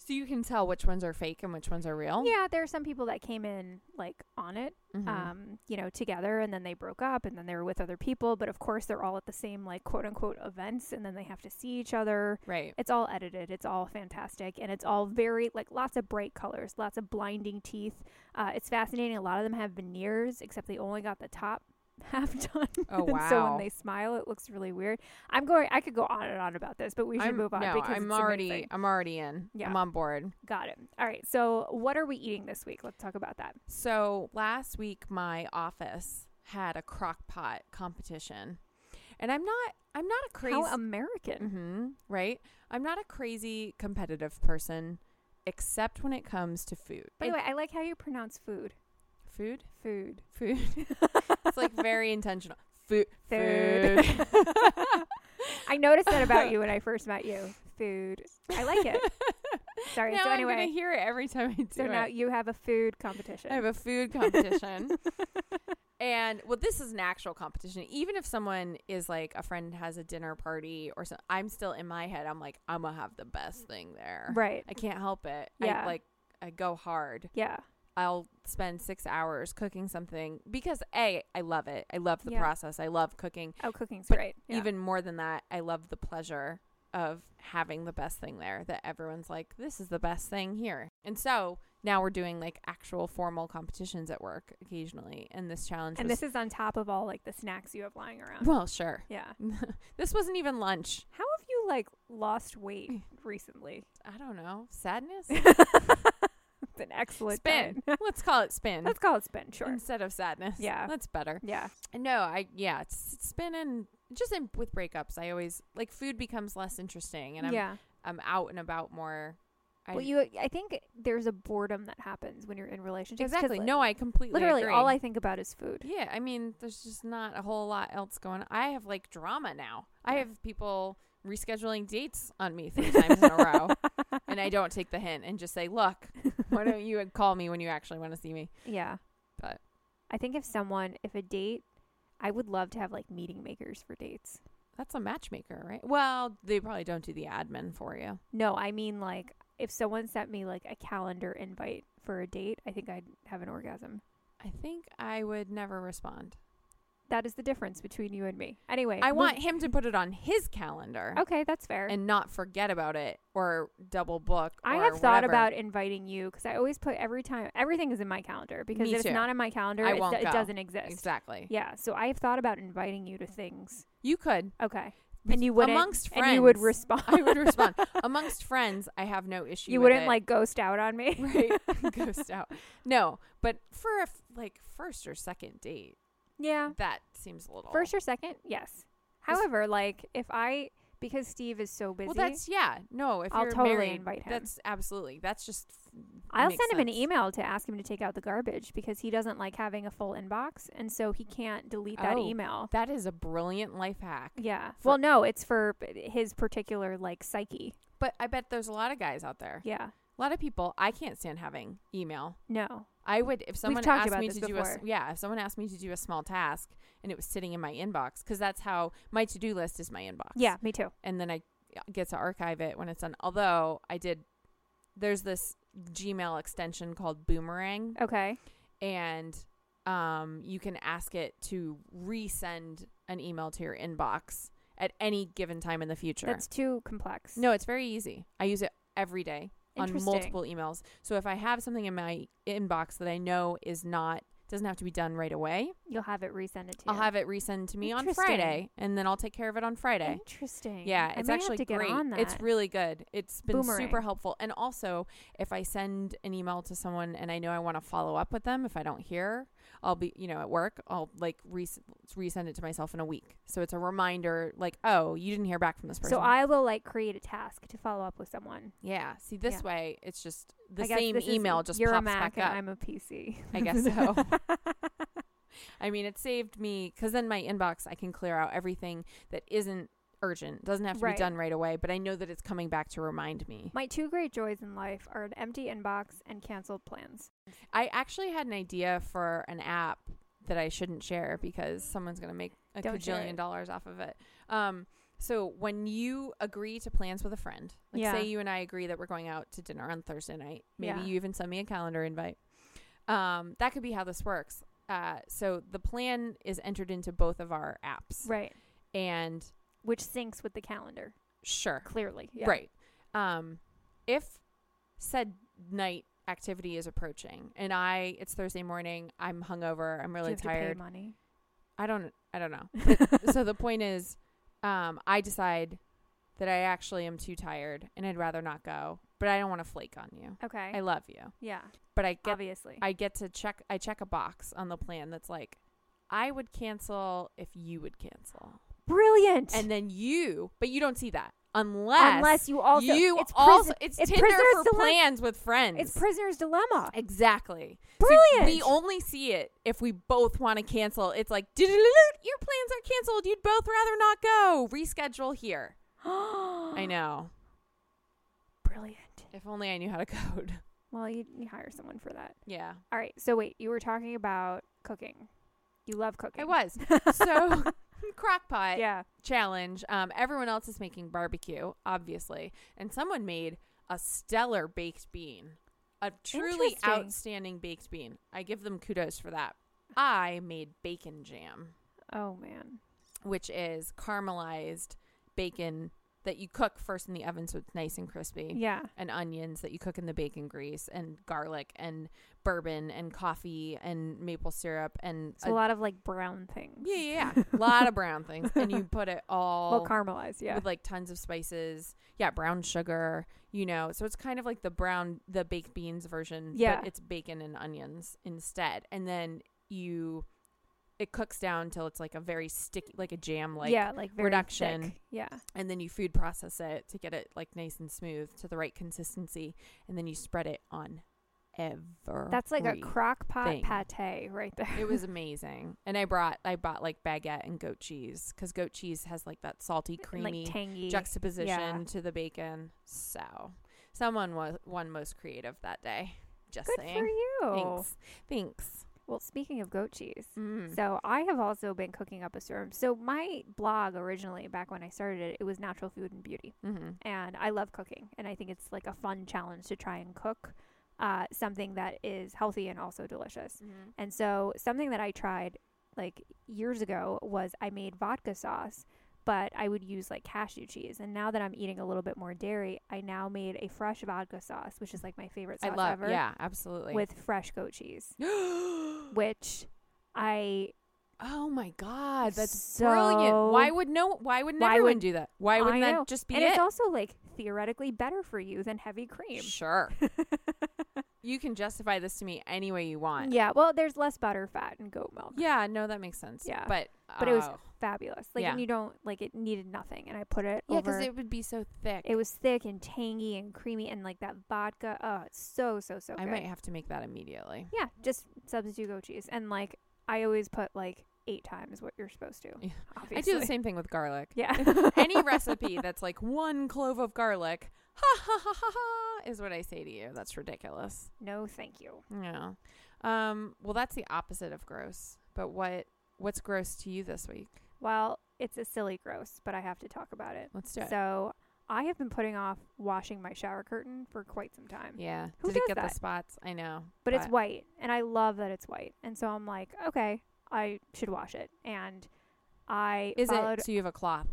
Speaker 2: So you can tell which ones are fake and which ones are real.
Speaker 1: Yeah, there are some people that came in like on it,
Speaker 2: Mhm.
Speaker 1: um, you know, together, and then they broke up, and then they were with other people, but of course, they're all at the same like quote unquote events, and then they have to see each other.
Speaker 2: right.
Speaker 1: It's all edited. It's all fantastic, and it's all very like lots of bright colors, lots of blinding teeth. Uh, it's fascinating. A lot of them have veneers, except they only got the top half done.
Speaker 2: Oh
Speaker 1: And
Speaker 2: wow.
Speaker 1: so when they smile, it looks really weird. I'm going. I could go on and on about this, but we should
Speaker 2: I'm,
Speaker 1: move on
Speaker 2: no,
Speaker 1: because
Speaker 2: I'm
Speaker 1: it's
Speaker 2: already
Speaker 1: amazing.
Speaker 2: I'm already in.
Speaker 1: Yeah.
Speaker 2: I'm on board.
Speaker 1: got it. All right. So what are we eating this week? Let's talk about that.
Speaker 2: So last week my office had a crock pot competition. And I'm not I'm not a crazy
Speaker 1: How American.
Speaker 2: hmm right? I'm not a crazy competitive person except when it comes to food.
Speaker 1: By the way, I like how you pronounce food.
Speaker 2: food?
Speaker 1: Food.
Speaker 2: Food. it's like very intentional. Food.
Speaker 1: Food. I noticed that about you when I first met you. Food. I like it. Sorry.
Speaker 2: now
Speaker 1: so
Speaker 2: I'm going
Speaker 1: anyway,
Speaker 2: to hear it every time I do
Speaker 1: so
Speaker 2: it.
Speaker 1: now you have a food competition.
Speaker 2: I have a food competition. and well, this is an actual competition. Even if someone is like a friend has a dinner party or something, I'm still in my head. I'm like, I'm gonna have the best thing there.
Speaker 1: right.
Speaker 2: I can't help it.
Speaker 1: Yeah.
Speaker 2: I like I go hard.
Speaker 1: Yeah.
Speaker 2: I'll spend six hours cooking something because a I love it. I love the
Speaker 1: Yeah.
Speaker 2: process. I love cooking.
Speaker 1: Oh, cooking's
Speaker 2: But
Speaker 1: great. Yeah.
Speaker 2: Even more than that, I love the pleasure of having the best thing there that everyone's like, this is the best thing here. And so now we're doing like actual formal competitions at work occasionally. And this challenge
Speaker 1: and
Speaker 2: was
Speaker 1: this is on top of all like the snacks you have lying around.
Speaker 2: well, sure.
Speaker 1: Yeah.
Speaker 2: this wasn't even lunch.
Speaker 1: How have you like lost weight recently?
Speaker 2: I don't know. Sadness?
Speaker 1: It's an excellent
Speaker 2: spin.
Speaker 1: diet.
Speaker 2: Let's call it spin.
Speaker 1: Let's call it spin, sure.
Speaker 2: Instead of sadness.
Speaker 1: Yeah.
Speaker 2: That's better.
Speaker 1: Yeah.
Speaker 2: No, I yeah, it's it's been in just in with breakups. I always like food becomes less interesting, and I'm
Speaker 1: yeah.
Speaker 2: I'm out and about more. I,
Speaker 1: well, you I think there's a boredom that happens when you're in relationships. 'cause,
Speaker 2: exactly.
Speaker 1: like,
Speaker 2: No, I completely
Speaker 1: literally
Speaker 2: agree.
Speaker 1: all I think about is food.
Speaker 2: yeah. I mean, there's just not a whole lot else going. on. I have like drama now. I
Speaker 1: Yeah.
Speaker 2: have people rescheduling dates on me three times in a row, and I don't take the hint and just say, "Look, why don't you call me when you actually want to see me?"
Speaker 1: Yeah.
Speaker 2: But-
Speaker 1: I think if someone if a date I would love to have like meeting makers for dates.
Speaker 2: That's a matchmaker, right? Well, they probably don't do the admin for you.
Speaker 1: No, I mean like if someone sent me like a calendar invite for a date, I think I'd have an orgasm.
Speaker 2: I think I would never respond.
Speaker 1: That is the difference between you and me. Anyway,
Speaker 2: I
Speaker 1: move-
Speaker 2: want him to put it on his calendar
Speaker 1: Okay, that's fair.
Speaker 2: and not forget about it or double book.
Speaker 1: I
Speaker 2: or
Speaker 1: have thought
Speaker 2: whatever.
Speaker 1: about inviting you because I always put every time everything is in my calendar because
Speaker 2: Me
Speaker 1: if
Speaker 2: too.
Speaker 1: it's not in my calendar,
Speaker 2: I
Speaker 1: it's-
Speaker 2: won't
Speaker 1: it
Speaker 2: go.
Speaker 1: doesn't exist.
Speaker 2: exactly.
Speaker 1: Yeah, so I have thought about inviting you to things.
Speaker 2: You could
Speaker 1: Okay, and you wouldn't
Speaker 2: amongst friends.
Speaker 1: and you would respond.
Speaker 2: I would respond amongst friends. I have no issue.
Speaker 1: you
Speaker 2: with
Speaker 1: wouldn't
Speaker 2: it.
Speaker 1: like ghost out on me.
Speaker 2: right ghost out. No, but for a f- like first or second date,
Speaker 1: yeah,
Speaker 2: that seems a little
Speaker 1: first or second, yes. However, like if I because Steve is so busy,
Speaker 2: Well, that's yeah. No, if
Speaker 1: I'll
Speaker 2: you're
Speaker 1: totally
Speaker 2: married,
Speaker 1: invite him.
Speaker 2: that's absolutely. That's just.
Speaker 1: I'll
Speaker 2: makes
Speaker 1: send him an
Speaker 2: sense.
Speaker 1: email to ask him to take out the garbage because he doesn't like having a full inbox, and so he can't delete that
Speaker 2: Oh.
Speaker 1: email.
Speaker 2: That is a brilliant life hack.
Speaker 1: Yeah.
Speaker 2: For-
Speaker 1: well, no, it's for b- his particular like psyche.
Speaker 2: But I bet there's a lot of guys out there.
Speaker 1: Yeah.
Speaker 2: A lot of people. I can't stand having email.
Speaker 1: No.
Speaker 2: I would if someone
Speaker 1: talked
Speaker 2: asked
Speaker 1: about
Speaker 2: me
Speaker 1: this
Speaker 2: to do a s-
Speaker 1: before.
Speaker 2: yeah if someone asked me to do a small task and it was sitting in my inbox because that's how my to do list is my inbox.
Speaker 1: Yeah, me too.
Speaker 2: and then I uh, get to archive it when it's done. Although I did, there's this Gmail extension called Boomerang,
Speaker 1: Okay.
Speaker 2: and um, you can ask it to resend an email to your inbox at any given time in the future.
Speaker 1: That's too complex.
Speaker 2: no, it's very easy. I use it every day on
Speaker 1: Interesting.
Speaker 2: multiple emails. So if I have something in my inbox that I know is not doesn't have to be done right away,
Speaker 1: You'll have it resend it to
Speaker 2: I'll
Speaker 1: you.
Speaker 2: have it resend to me on
Speaker 1: Interesting.
Speaker 2: Friday, and then I'll take care of it on Friday.
Speaker 1: Interesting.
Speaker 2: Yeah,
Speaker 1: I
Speaker 2: it's
Speaker 1: may
Speaker 2: actually
Speaker 1: have to
Speaker 2: great.
Speaker 1: get on that.
Speaker 2: It's really good. It's been super
Speaker 1: Boomerang.
Speaker 2: helpful. And also, if I send an email to someone and I know I want to follow up with them, if I don't hear, I'll be, you know, at work, I'll like res- resend it to myself in a week. So it's a reminder, like, oh, you didn't hear back from this person.
Speaker 1: so I will like create a task to follow up with someone.
Speaker 2: yeah. See, this
Speaker 1: Yeah.
Speaker 2: way, it's just the
Speaker 1: I guess
Speaker 2: same
Speaker 1: this is-
Speaker 2: email just
Speaker 1: you're
Speaker 2: pops
Speaker 1: a Mac
Speaker 2: back up.
Speaker 1: and I'm a PC.
Speaker 2: I guess so. I mean, it saved me because then my inbox, I can clear out everything that isn't urgent, doesn't have to
Speaker 1: Right.
Speaker 2: be done right away, but I know that it's coming back to remind me.
Speaker 1: My two great joys in life are an empty inbox and canceled plans.
Speaker 2: I actually had an idea for an app that I shouldn't share because someone's going to make a
Speaker 1: Don't share
Speaker 2: bajillion
Speaker 1: it.
Speaker 2: dollars off of it. Um, so when you agree to plans with a friend, like
Speaker 1: Yeah.
Speaker 2: say you and I agree that we're going out to dinner on Thursday night, maybe
Speaker 1: Yeah.
Speaker 2: you even send me a calendar invite. Um, that could be how this works. Uh, so the plan is entered into both of our apps,
Speaker 1: Right.
Speaker 2: and
Speaker 1: Which syncs with the calendar,
Speaker 2: sure,
Speaker 1: clearly. Yeah.
Speaker 2: Right. Um, if said night activity is approaching and I it's Thursday morning, I'm hungover, I'm
Speaker 1: Do
Speaker 2: really
Speaker 1: you have to pay
Speaker 2: tired.
Speaker 1: money?
Speaker 2: I don't I don't know. so the point is, um, I decide that I actually am too tired and I'd rather not go. But I don't want to flake on you.
Speaker 1: Okay.
Speaker 2: I love you.
Speaker 1: yeah.
Speaker 2: But I get
Speaker 1: obviously.
Speaker 2: I get to check I check a box on the plan that's like I would cancel if you would cancel.
Speaker 1: Brilliant.
Speaker 2: And then you but you don't see that. Unless
Speaker 1: unless you also
Speaker 2: you
Speaker 1: it's
Speaker 2: also
Speaker 1: prison-
Speaker 2: it's,
Speaker 1: it's
Speaker 2: Tinder
Speaker 1: prisoner's
Speaker 2: for
Speaker 1: dilemma.
Speaker 2: plans with friends.
Speaker 1: it's prisoner's dilemma.
Speaker 2: exactly. So
Speaker 1: Brilliant.
Speaker 2: we only see it if we both want to cancel. It's like "Doo-doo-doo-doo, your plans are canceled. You'd both rather not go. Reschedule here. I know.
Speaker 1: Brilliant.
Speaker 2: If only I knew how to code.
Speaker 1: Well, you, you hire someone for that.
Speaker 2: Yeah,
Speaker 1: All right. So wait, you were talking about cooking. You love cooking.
Speaker 2: I was. So crockpot
Speaker 1: yeah.
Speaker 2: challenge. Um, everyone else is making barbecue, obviously, and someone made a stellar baked bean, a truly
Speaker 1: Interesting.
Speaker 2: outstanding baked bean. I give them kudos for that. I made bacon jam,
Speaker 1: Oh man.
Speaker 2: which is caramelized bacon that you cook first in the oven, so it's nice and crispy.
Speaker 1: Yeah.
Speaker 2: And onions that you cook in the bacon grease, and garlic, and bourbon, and coffee, and maple syrup, and
Speaker 1: So a lot of like brown things.
Speaker 2: yeah, yeah, yeah. a lot of brown things, and you put it all
Speaker 1: Well, caramelized. Yeah.
Speaker 2: with like tons of spices. Yeah, brown sugar, you know. So it's kind of like the brown the baked beans version,
Speaker 1: Yeah.
Speaker 2: but it's bacon and onions instead. And then you it cooks down till it's like a very sticky like a jam like
Speaker 1: yeah. Like very
Speaker 2: reduction.
Speaker 1: thick. Yeah.
Speaker 2: and then you food process it to get it like nice and smooth to the right consistency and then you spread it on ever.
Speaker 1: That's like a crock pot
Speaker 2: thing.
Speaker 1: pate right there.
Speaker 2: It was amazing. And I brought I bought like baguette and goat cheese cuz goat cheese has like that salty
Speaker 1: And,
Speaker 2: creamy
Speaker 1: like tangy.
Speaker 2: juxtaposition
Speaker 1: Yeah.
Speaker 2: to the bacon. So someone was one most creative that day. Just
Speaker 1: Good for
Speaker 2: saying.
Speaker 1: you.
Speaker 2: Thanks. Thanks.
Speaker 1: Well, speaking of goat cheese,
Speaker 2: Mm.
Speaker 1: so I have also been cooking up a storm. So my blog originally, back when I started it, it was natural food and beauty,
Speaker 2: mm-hmm.
Speaker 1: and I love cooking, and I think it's like a fun challenge to try and cook uh, something that is healthy and also delicious.
Speaker 2: Mm-hmm.
Speaker 1: And so something that I tried like years ago was I made vodka sauce, but I would use like cashew cheese. And now that I'm eating a little bit more dairy, I now made a fresh vodka sauce, which is like my favorite
Speaker 2: I
Speaker 1: sauce
Speaker 2: love.
Speaker 1: ever,
Speaker 2: Yeah, absolutely.
Speaker 1: with fresh goat cheese,
Speaker 2: oh
Speaker 1: which I
Speaker 2: my god, that's
Speaker 1: So-
Speaker 2: brilliant. Why would no? Why would
Speaker 1: Why
Speaker 2: everyone
Speaker 1: would-
Speaker 2: do that? Why wouldn't
Speaker 1: I
Speaker 2: that
Speaker 1: know.
Speaker 2: just be
Speaker 1: and
Speaker 2: it?
Speaker 1: it's also like theoretically better for you than heavy cream.
Speaker 2: Sure. you can justify this to me any way you want.
Speaker 1: yeah, well, there's less butter fat in goat milk.
Speaker 2: Yeah, no, that makes sense.
Speaker 1: Yeah.
Speaker 2: But
Speaker 1: But it was
Speaker 2: oh.
Speaker 1: Fabulous. Like,
Speaker 2: Yeah.
Speaker 1: and you don't like it needed nothing, and I put it
Speaker 2: Yeah,
Speaker 1: over.
Speaker 2: because it would be so thick.
Speaker 1: It was thick and tangy and creamy and like that vodka. Oh, it's so so so
Speaker 2: I
Speaker 1: good.
Speaker 2: might have to make that immediately.
Speaker 1: Yeah, just substitute goat cheese and like I always put like eight times what you're supposed to.
Speaker 2: Yeah.
Speaker 1: Obviously.
Speaker 2: I do the same thing with garlic.
Speaker 1: Yeah.
Speaker 2: Any recipe that's like one clove of garlic, ha ha ha ha ha, is what I say to you. That's ridiculous.
Speaker 1: No, thank you.
Speaker 2: Yeah. Um. Well, that's the opposite of gross. But what what's gross to you this week?
Speaker 1: Well, it's a silly gross, but I have to talk about it.
Speaker 2: Let's do it.
Speaker 1: So I have been putting off washing my shower curtain for quite some time.
Speaker 2: yeah.
Speaker 1: Who
Speaker 2: Did
Speaker 1: does
Speaker 2: it get the
Speaker 1: that?
Speaker 2: spots? I know.
Speaker 1: but it's white and i love that it's white and so i'm like okay i should wash it and i
Speaker 2: is
Speaker 1: followed
Speaker 2: it? So you have a cloth.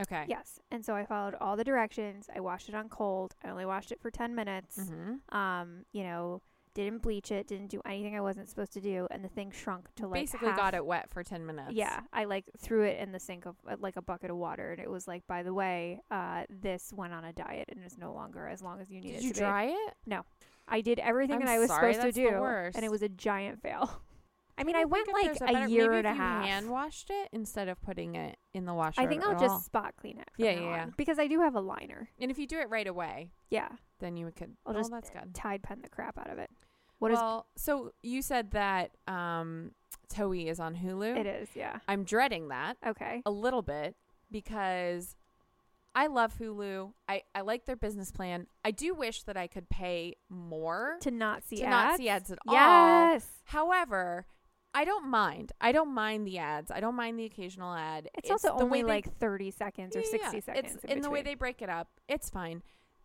Speaker 2: Okay.
Speaker 1: yes and so i followed all the directions i washed it on cold i only washed it for 10 minutes
Speaker 2: Mm-hmm.
Speaker 1: um you know didn't bleach it didn't do anything i wasn't supposed to do and the thing shrunk to like
Speaker 2: Basically,
Speaker 1: half.
Speaker 2: got it wet for ten minutes.
Speaker 1: yeah i like threw it in the sink of uh, like a bucket of water and it was like by the way uh this went on a diet and is no longer as long as you need
Speaker 2: Did
Speaker 1: it
Speaker 2: you
Speaker 1: to be
Speaker 2: dry it?
Speaker 1: I did everything
Speaker 2: I'm
Speaker 1: that I was
Speaker 2: sorry,
Speaker 1: supposed to
Speaker 2: that's the
Speaker 1: do,
Speaker 2: worst.
Speaker 1: and it was a giant fail. I mean, I
Speaker 2: don't
Speaker 1: went
Speaker 2: think if
Speaker 1: like
Speaker 2: there's
Speaker 1: a,
Speaker 2: better-
Speaker 1: year
Speaker 2: maybe
Speaker 1: and a
Speaker 2: if you
Speaker 1: half.
Speaker 2: Hand washed it instead of putting it in the washer.
Speaker 1: I think
Speaker 2: at
Speaker 1: I'll just
Speaker 2: all.
Speaker 1: spot clean it. From
Speaker 2: Yeah,
Speaker 1: now
Speaker 2: yeah, yeah.
Speaker 1: on, Because I do have a liner.
Speaker 2: And if you do it right away,
Speaker 1: Yeah,
Speaker 2: then you could.
Speaker 1: I'll
Speaker 2: oh,
Speaker 1: just
Speaker 2: that's good.
Speaker 1: Tide pen the crap out of it. What is
Speaker 2: Well, so you said that um, Toei is on Hulu.
Speaker 1: it? Is yeah.
Speaker 2: I'm dreading that
Speaker 1: Okay.
Speaker 2: a little bit because I love Hulu. I, I like their business plan. I do wish that I could pay more
Speaker 1: To not see
Speaker 2: to
Speaker 1: ads.
Speaker 2: not see ads at all.
Speaker 1: Yes.
Speaker 2: However, I don't mind. I don't mind the ads. I don't mind the occasional ad.
Speaker 1: It's, also
Speaker 2: the way
Speaker 1: only
Speaker 2: they-
Speaker 1: like thirty seconds or
Speaker 2: Yeah,
Speaker 1: sixty
Speaker 2: it's-
Speaker 1: seconds.
Speaker 2: in the way
Speaker 1: between.
Speaker 2: they break it up, it's fine.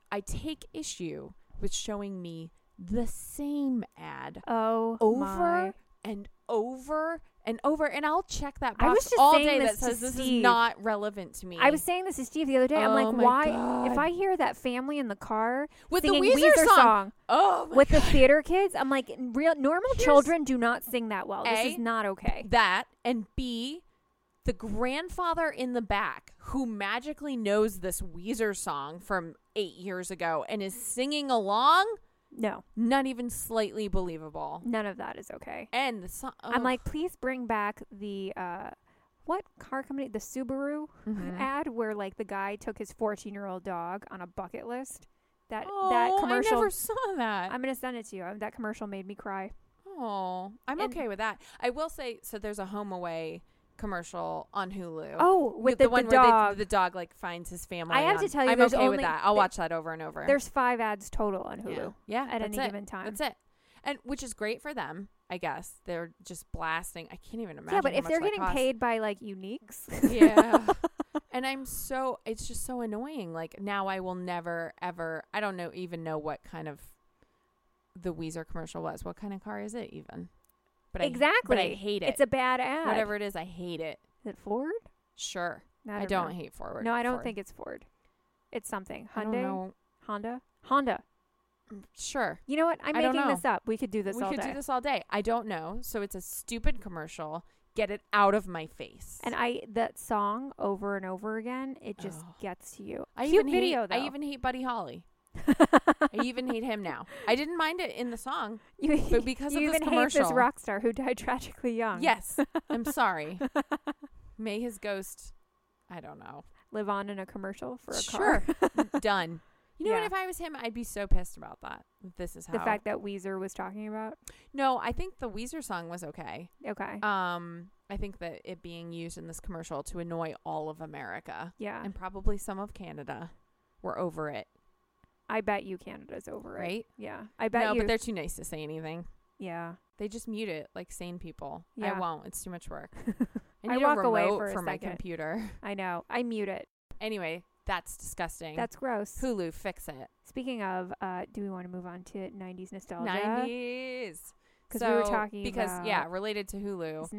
Speaker 2: I take issue with showing me the same ad
Speaker 1: Oh
Speaker 2: over
Speaker 1: my.
Speaker 2: and over and over, and I'll check that
Speaker 1: I
Speaker 2: box
Speaker 1: was just
Speaker 2: all
Speaker 1: saying
Speaker 2: day
Speaker 1: this
Speaker 2: that
Speaker 1: to
Speaker 2: says this is
Speaker 1: Steve.
Speaker 2: not relevant to me.
Speaker 1: I was saying this to Steve the other day. I'm
Speaker 2: Oh
Speaker 1: like,
Speaker 2: my
Speaker 1: why?
Speaker 2: God.
Speaker 1: If I hear that family in the car
Speaker 2: with the
Speaker 1: singing
Speaker 2: Weezer, song. Oh, my
Speaker 1: with the
Speaker 2: God.
Speaker 1: theater kids. I'm like, "N- real normal
Speaker 2: Here's-
Speaker 1: children do not sing that well. This
Speaker 2: A,
Speaker 1: is not okay.
Speaker 2: that and B, the grandfather in the back who magically knows this Weezer song from eight years ago and is singing along.
Speaker 1: No,
Speaker 2: Not even slightly believable.
Speaker 1: none of that is okay.
Speaker 2: And the song.
Speaker 1: I'm like, please bring back the uh, what car company? The Subaru
Speaker 2: Mm-hmm.
Speaker 1: ad where like the guy took his 14 year old dog on a bucket list. That that commercial.
Speaker 2: Oh, I never saw that.
Speaker 1: I'm gonna send it to you. Um, That commercial made me cry.
Speaker 2: oh, I'm
Speaker 1: And-
Speaker 2: okay with that. I will say, so there's a home away commercial on Hulu.
Speaker 1: Oh, with the,
Speaker 2: one
Speaker 1: the
Speaker 2: where they-
Speaker 1: dog.
Speaker 2: the dog like finds his family.
Speaker 1: I have to
Speaker 2: on-
Speaker 1: tell you,
Speaker 2: I'm
Speaker 1: there's
Speaker 2: okay with
Speaker 1: only-
Speaker 2: that. I'll
Speaker 1: there-
Speaker 2: watch that over and over.
Speaker 1: There's five ads total on
Speaker 2: Yeah.
Speaker 1: Hulu
Speaker 2: yeah,
Speaker 1: at
Speaker 2: that's
Speaker 1: any
Speaker 2: it.
Speaker 1: given time.
Speaker 2: That's it, and which is great for them, I guess. They're just blasting. I can't even imagine.
Speaker 1: yeah, but
Speaker 2: how
Speaker 1: if
Speaker 2: much
Speaker 1: they're
Speaker 2: that
Speaker 1: getting
Speaker 2: costs.
Speaker 1: paid by like uniques,
Speaker 2: yeah. And I'm so it's just so annoying. Like now I will never ever I don't know even know what kind of the Weezer commercial was. What kind of car is it even? But
Speaker 1: exactly.
Speaker 2: I, but I hate it.
Speaker 1: It's a bad ad.
Speaker 2: Whatever it is, I hate it.
Speaker 1: Is it Ford?
Speaker 2: Sure.
Speaker 1: No,
Speaker 2: I
Speaker 1: know.
Speaker 2: don't hate forward.
Speaker 1: No, I don't
Speaker 2: Ford.
Speaker 1: think it's Ford. It's something.
Speaker 2: I don't
Speaker 1: Hyundai?
Speaker 2: know.
Speaker 1: Honda? Honda.
Speaker 2: Sure.
Speaker 1: You know what? I'm
Speaker 2: I don't
Speaker 1: making
Speaker 2: know.
Speaker 1: this up. We could do this
Speaker 2: we
Speaker 1: all
Speaker 2: could
Speaker 1: day.
Speaker 2: do this all day. I don't know. So it's a stupid commercial. Get it out of my face.
Speaker 1: And I that song over and over again, it just
Speaker 2: Ugh.
Speaker 1: gets to you.
Speaker 2: I
Speaker 1: Cute
Speaker 2: even
Speaker 1: video
Speaker 2: hate,
Speaker 1: though.
Speaker 2: I even hate Buddy Holly. I even hate him now. I didn't mind it in the song.
Speaker 1: you,
Speaker 2: but because of
Speaker 1: you
Speaker 2: this
Speaker 1: even hate
Speaker 2: commercial-
Speaker 1: this rock star who died tragically young.
Speaker 2: Yes. I'm sorry. May his ghost, I don't know.
Speaker 1: Live on in a commercial for a car.
Speaker 2: Done. You know what?
Speaker 1: Yeah.
Speaker 2: If I was him, I'd be so pissed about that. This is how.
Speaker 1: the fact that Weezer was talking about.
Speaker 2: no, I think the Weezer song was okay.
Speaker 1: Okay.
Speaker 2: Um, I think that it being used in this commercial to annoy all of America
Speaker 1: yeah.
Speaker 2: and probably some of Canada were over it,
Speaker 1: I bet you Canada's over it.
Speaker 2: right?
Speaker 1: Yeah. I bet
Speaker 2: no,
Speaker 1: you
Speaker 2: but they're too nice to say anything.
Speaker 1: Yeah.
Speaker 2: They just mute it like sane people. I
Speaker 1: Yeah.
Speaker 2: won't. It's too much work. I
Speaker 1: I
Speaker 2: need
Speaker 1: walk
Speaker 2: a
Speaker 1: away
Speaker 2: remote
Speaker 1: for a
Speaker 2: my
Speaker 1: second.
Speaker 2: computer.
Speaker 1: I know. I mute it.
Speaker 2: Anyway, that's disgusting.
Speaker 1: That's gross.
Speaker 2: Hulu, fix it.
Speaker 1: Speaking of, uh, do we want to move on to 90s nostalgia?
Speaker 2: Nineties.
Speaker 1: 'Cause we were talking
Speaker 2: because yeah,
Speaker 1: about-
Speaker 2: related to Hulu.
Speaker 1: It's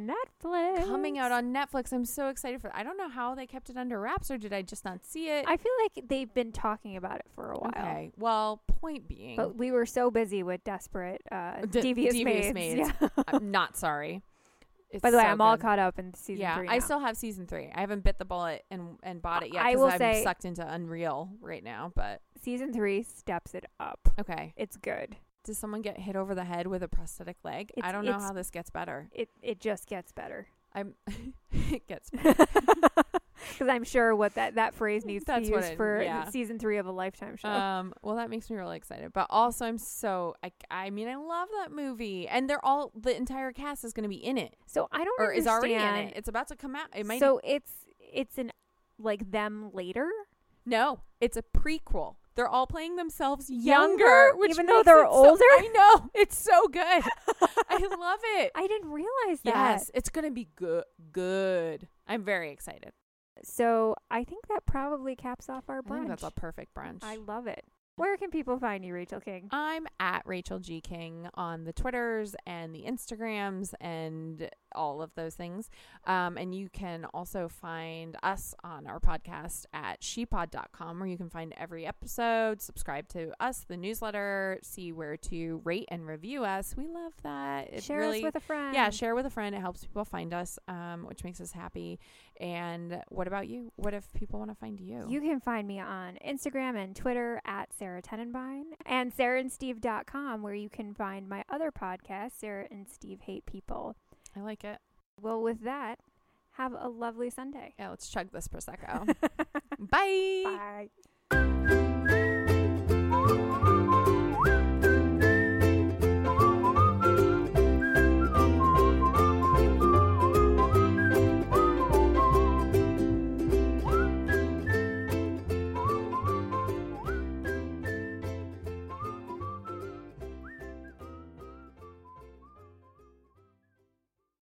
Speaker 1: Netflix.
Speaker 2: Coming out on Netflix. I'm so excited for I don't know how they kept it under wraps or did I just not see it?
Speaker 1: I feel like they've been talking about it for a while.
Speaker 2: Okay. Well, point being
Speaker 1: But we were so busy with desperate, uh,
Speaker 2: D-
Speaker 1: devious,
Speaker 2: Devious
Speaker 1: maids.
Speaker 2: Maids.
Speaker 1: Yeah.
Speaker 2: I'm not sorry. It's
Speaker 1: By the way,
Speaker 2: so
Speaker 1: I'm all
Speaker 2: good.
Speaker 1: caught up in season
Speaker 2: yeah,
Speaker 1: three.
Speaker 2: I
Speaker 1: now.
Speaker 2: still have season three. I haven't bit the bullet and and bought it yet
Speaker 1: I
Speaker 2: because
Speaker 1: will
Speaker 2: I'm
Speaker 1: say-
Speaker 2: sucked into Unreal right now. But
Speaker 1: season three steps it up.
Speaker 2: okay,
Speaker 1: It's good.
Speaker 2: does someone get hit over the head with a prosthetic leg? I
Speaker 1: It's-
Speaker 2: don't know
Speaker 1: it's-
Speaker 2: how this gets better.
Speaker 1: It it just gets better.
Speaker 2: I'm it gets better.
Speaker 1: Because I'm sure what that, that phrase needs to be
Speaker 2: That's what
Speaker 1: used
Speaker 2: it-
Speaker 1: for
Speaker 2: yeah.
Speaker 1: season three of a Lifetime show.
Speaker 2: Um, well, that makes me really excited. But also, I'm so I, I mean, I love that movie, and they're all the entire cast is going to be in it
Speaker 1: so I don't
Speaker 2: or
Speaker 1: understand.
Speaker 2: is already in it. It's about to come out. It might
Speaker 1: so it's it's an like them later
Speaker 2: no, it's a prequel. They're all playing themselves younger,
Speaker 1: Younger?
Speaker 2: which
Speaker 1: Even though
Speaker 2: makes
Speaker 1: they're
Speaker 2: it so-
Speaker 1: older?
Speaker 2: I know it's so good. I love it.
Speaker 1: I didn't realize that.
Speaker 2: Yes, it's gonna be good. Good. I'm very excited.
Speaker 1: So I think that probably caps off our
Speaker 2: I think
Speaker 1: brunch.
Speaker 2: that's a perfect brunch.
Speaker 1: I love it. Where can people find you, Rachel King?
Speaker 2: I'm at Rachel G. King on the Twitters and the Instagrams and all of those things. Um, and you can also find us on our podcast at shepod.com where you can find every episode, subscribe to us, the newsletter, see where to rate and review us. We love that. It
Speaker 1: Share
Speaker 2: really,
Speaker 1: us with a friend.
Speaker 2: yeah, share with a friend. It helps people find us, um, which makes us happy. And what about you? What if people want to find you?
Speaker 1: You can find me on Instagram and Twitter at Sarah Tenenbein and sarahandsteve.com where you can find my other podcast, Sarah and Steve Hate People.
Speaker 2: I like it.
Speaker 1: Well, with that, have a lovely Sunday.
Speaker 2: Yeah, let's chug this prosecco. Bye.
Speaker 1: Bye.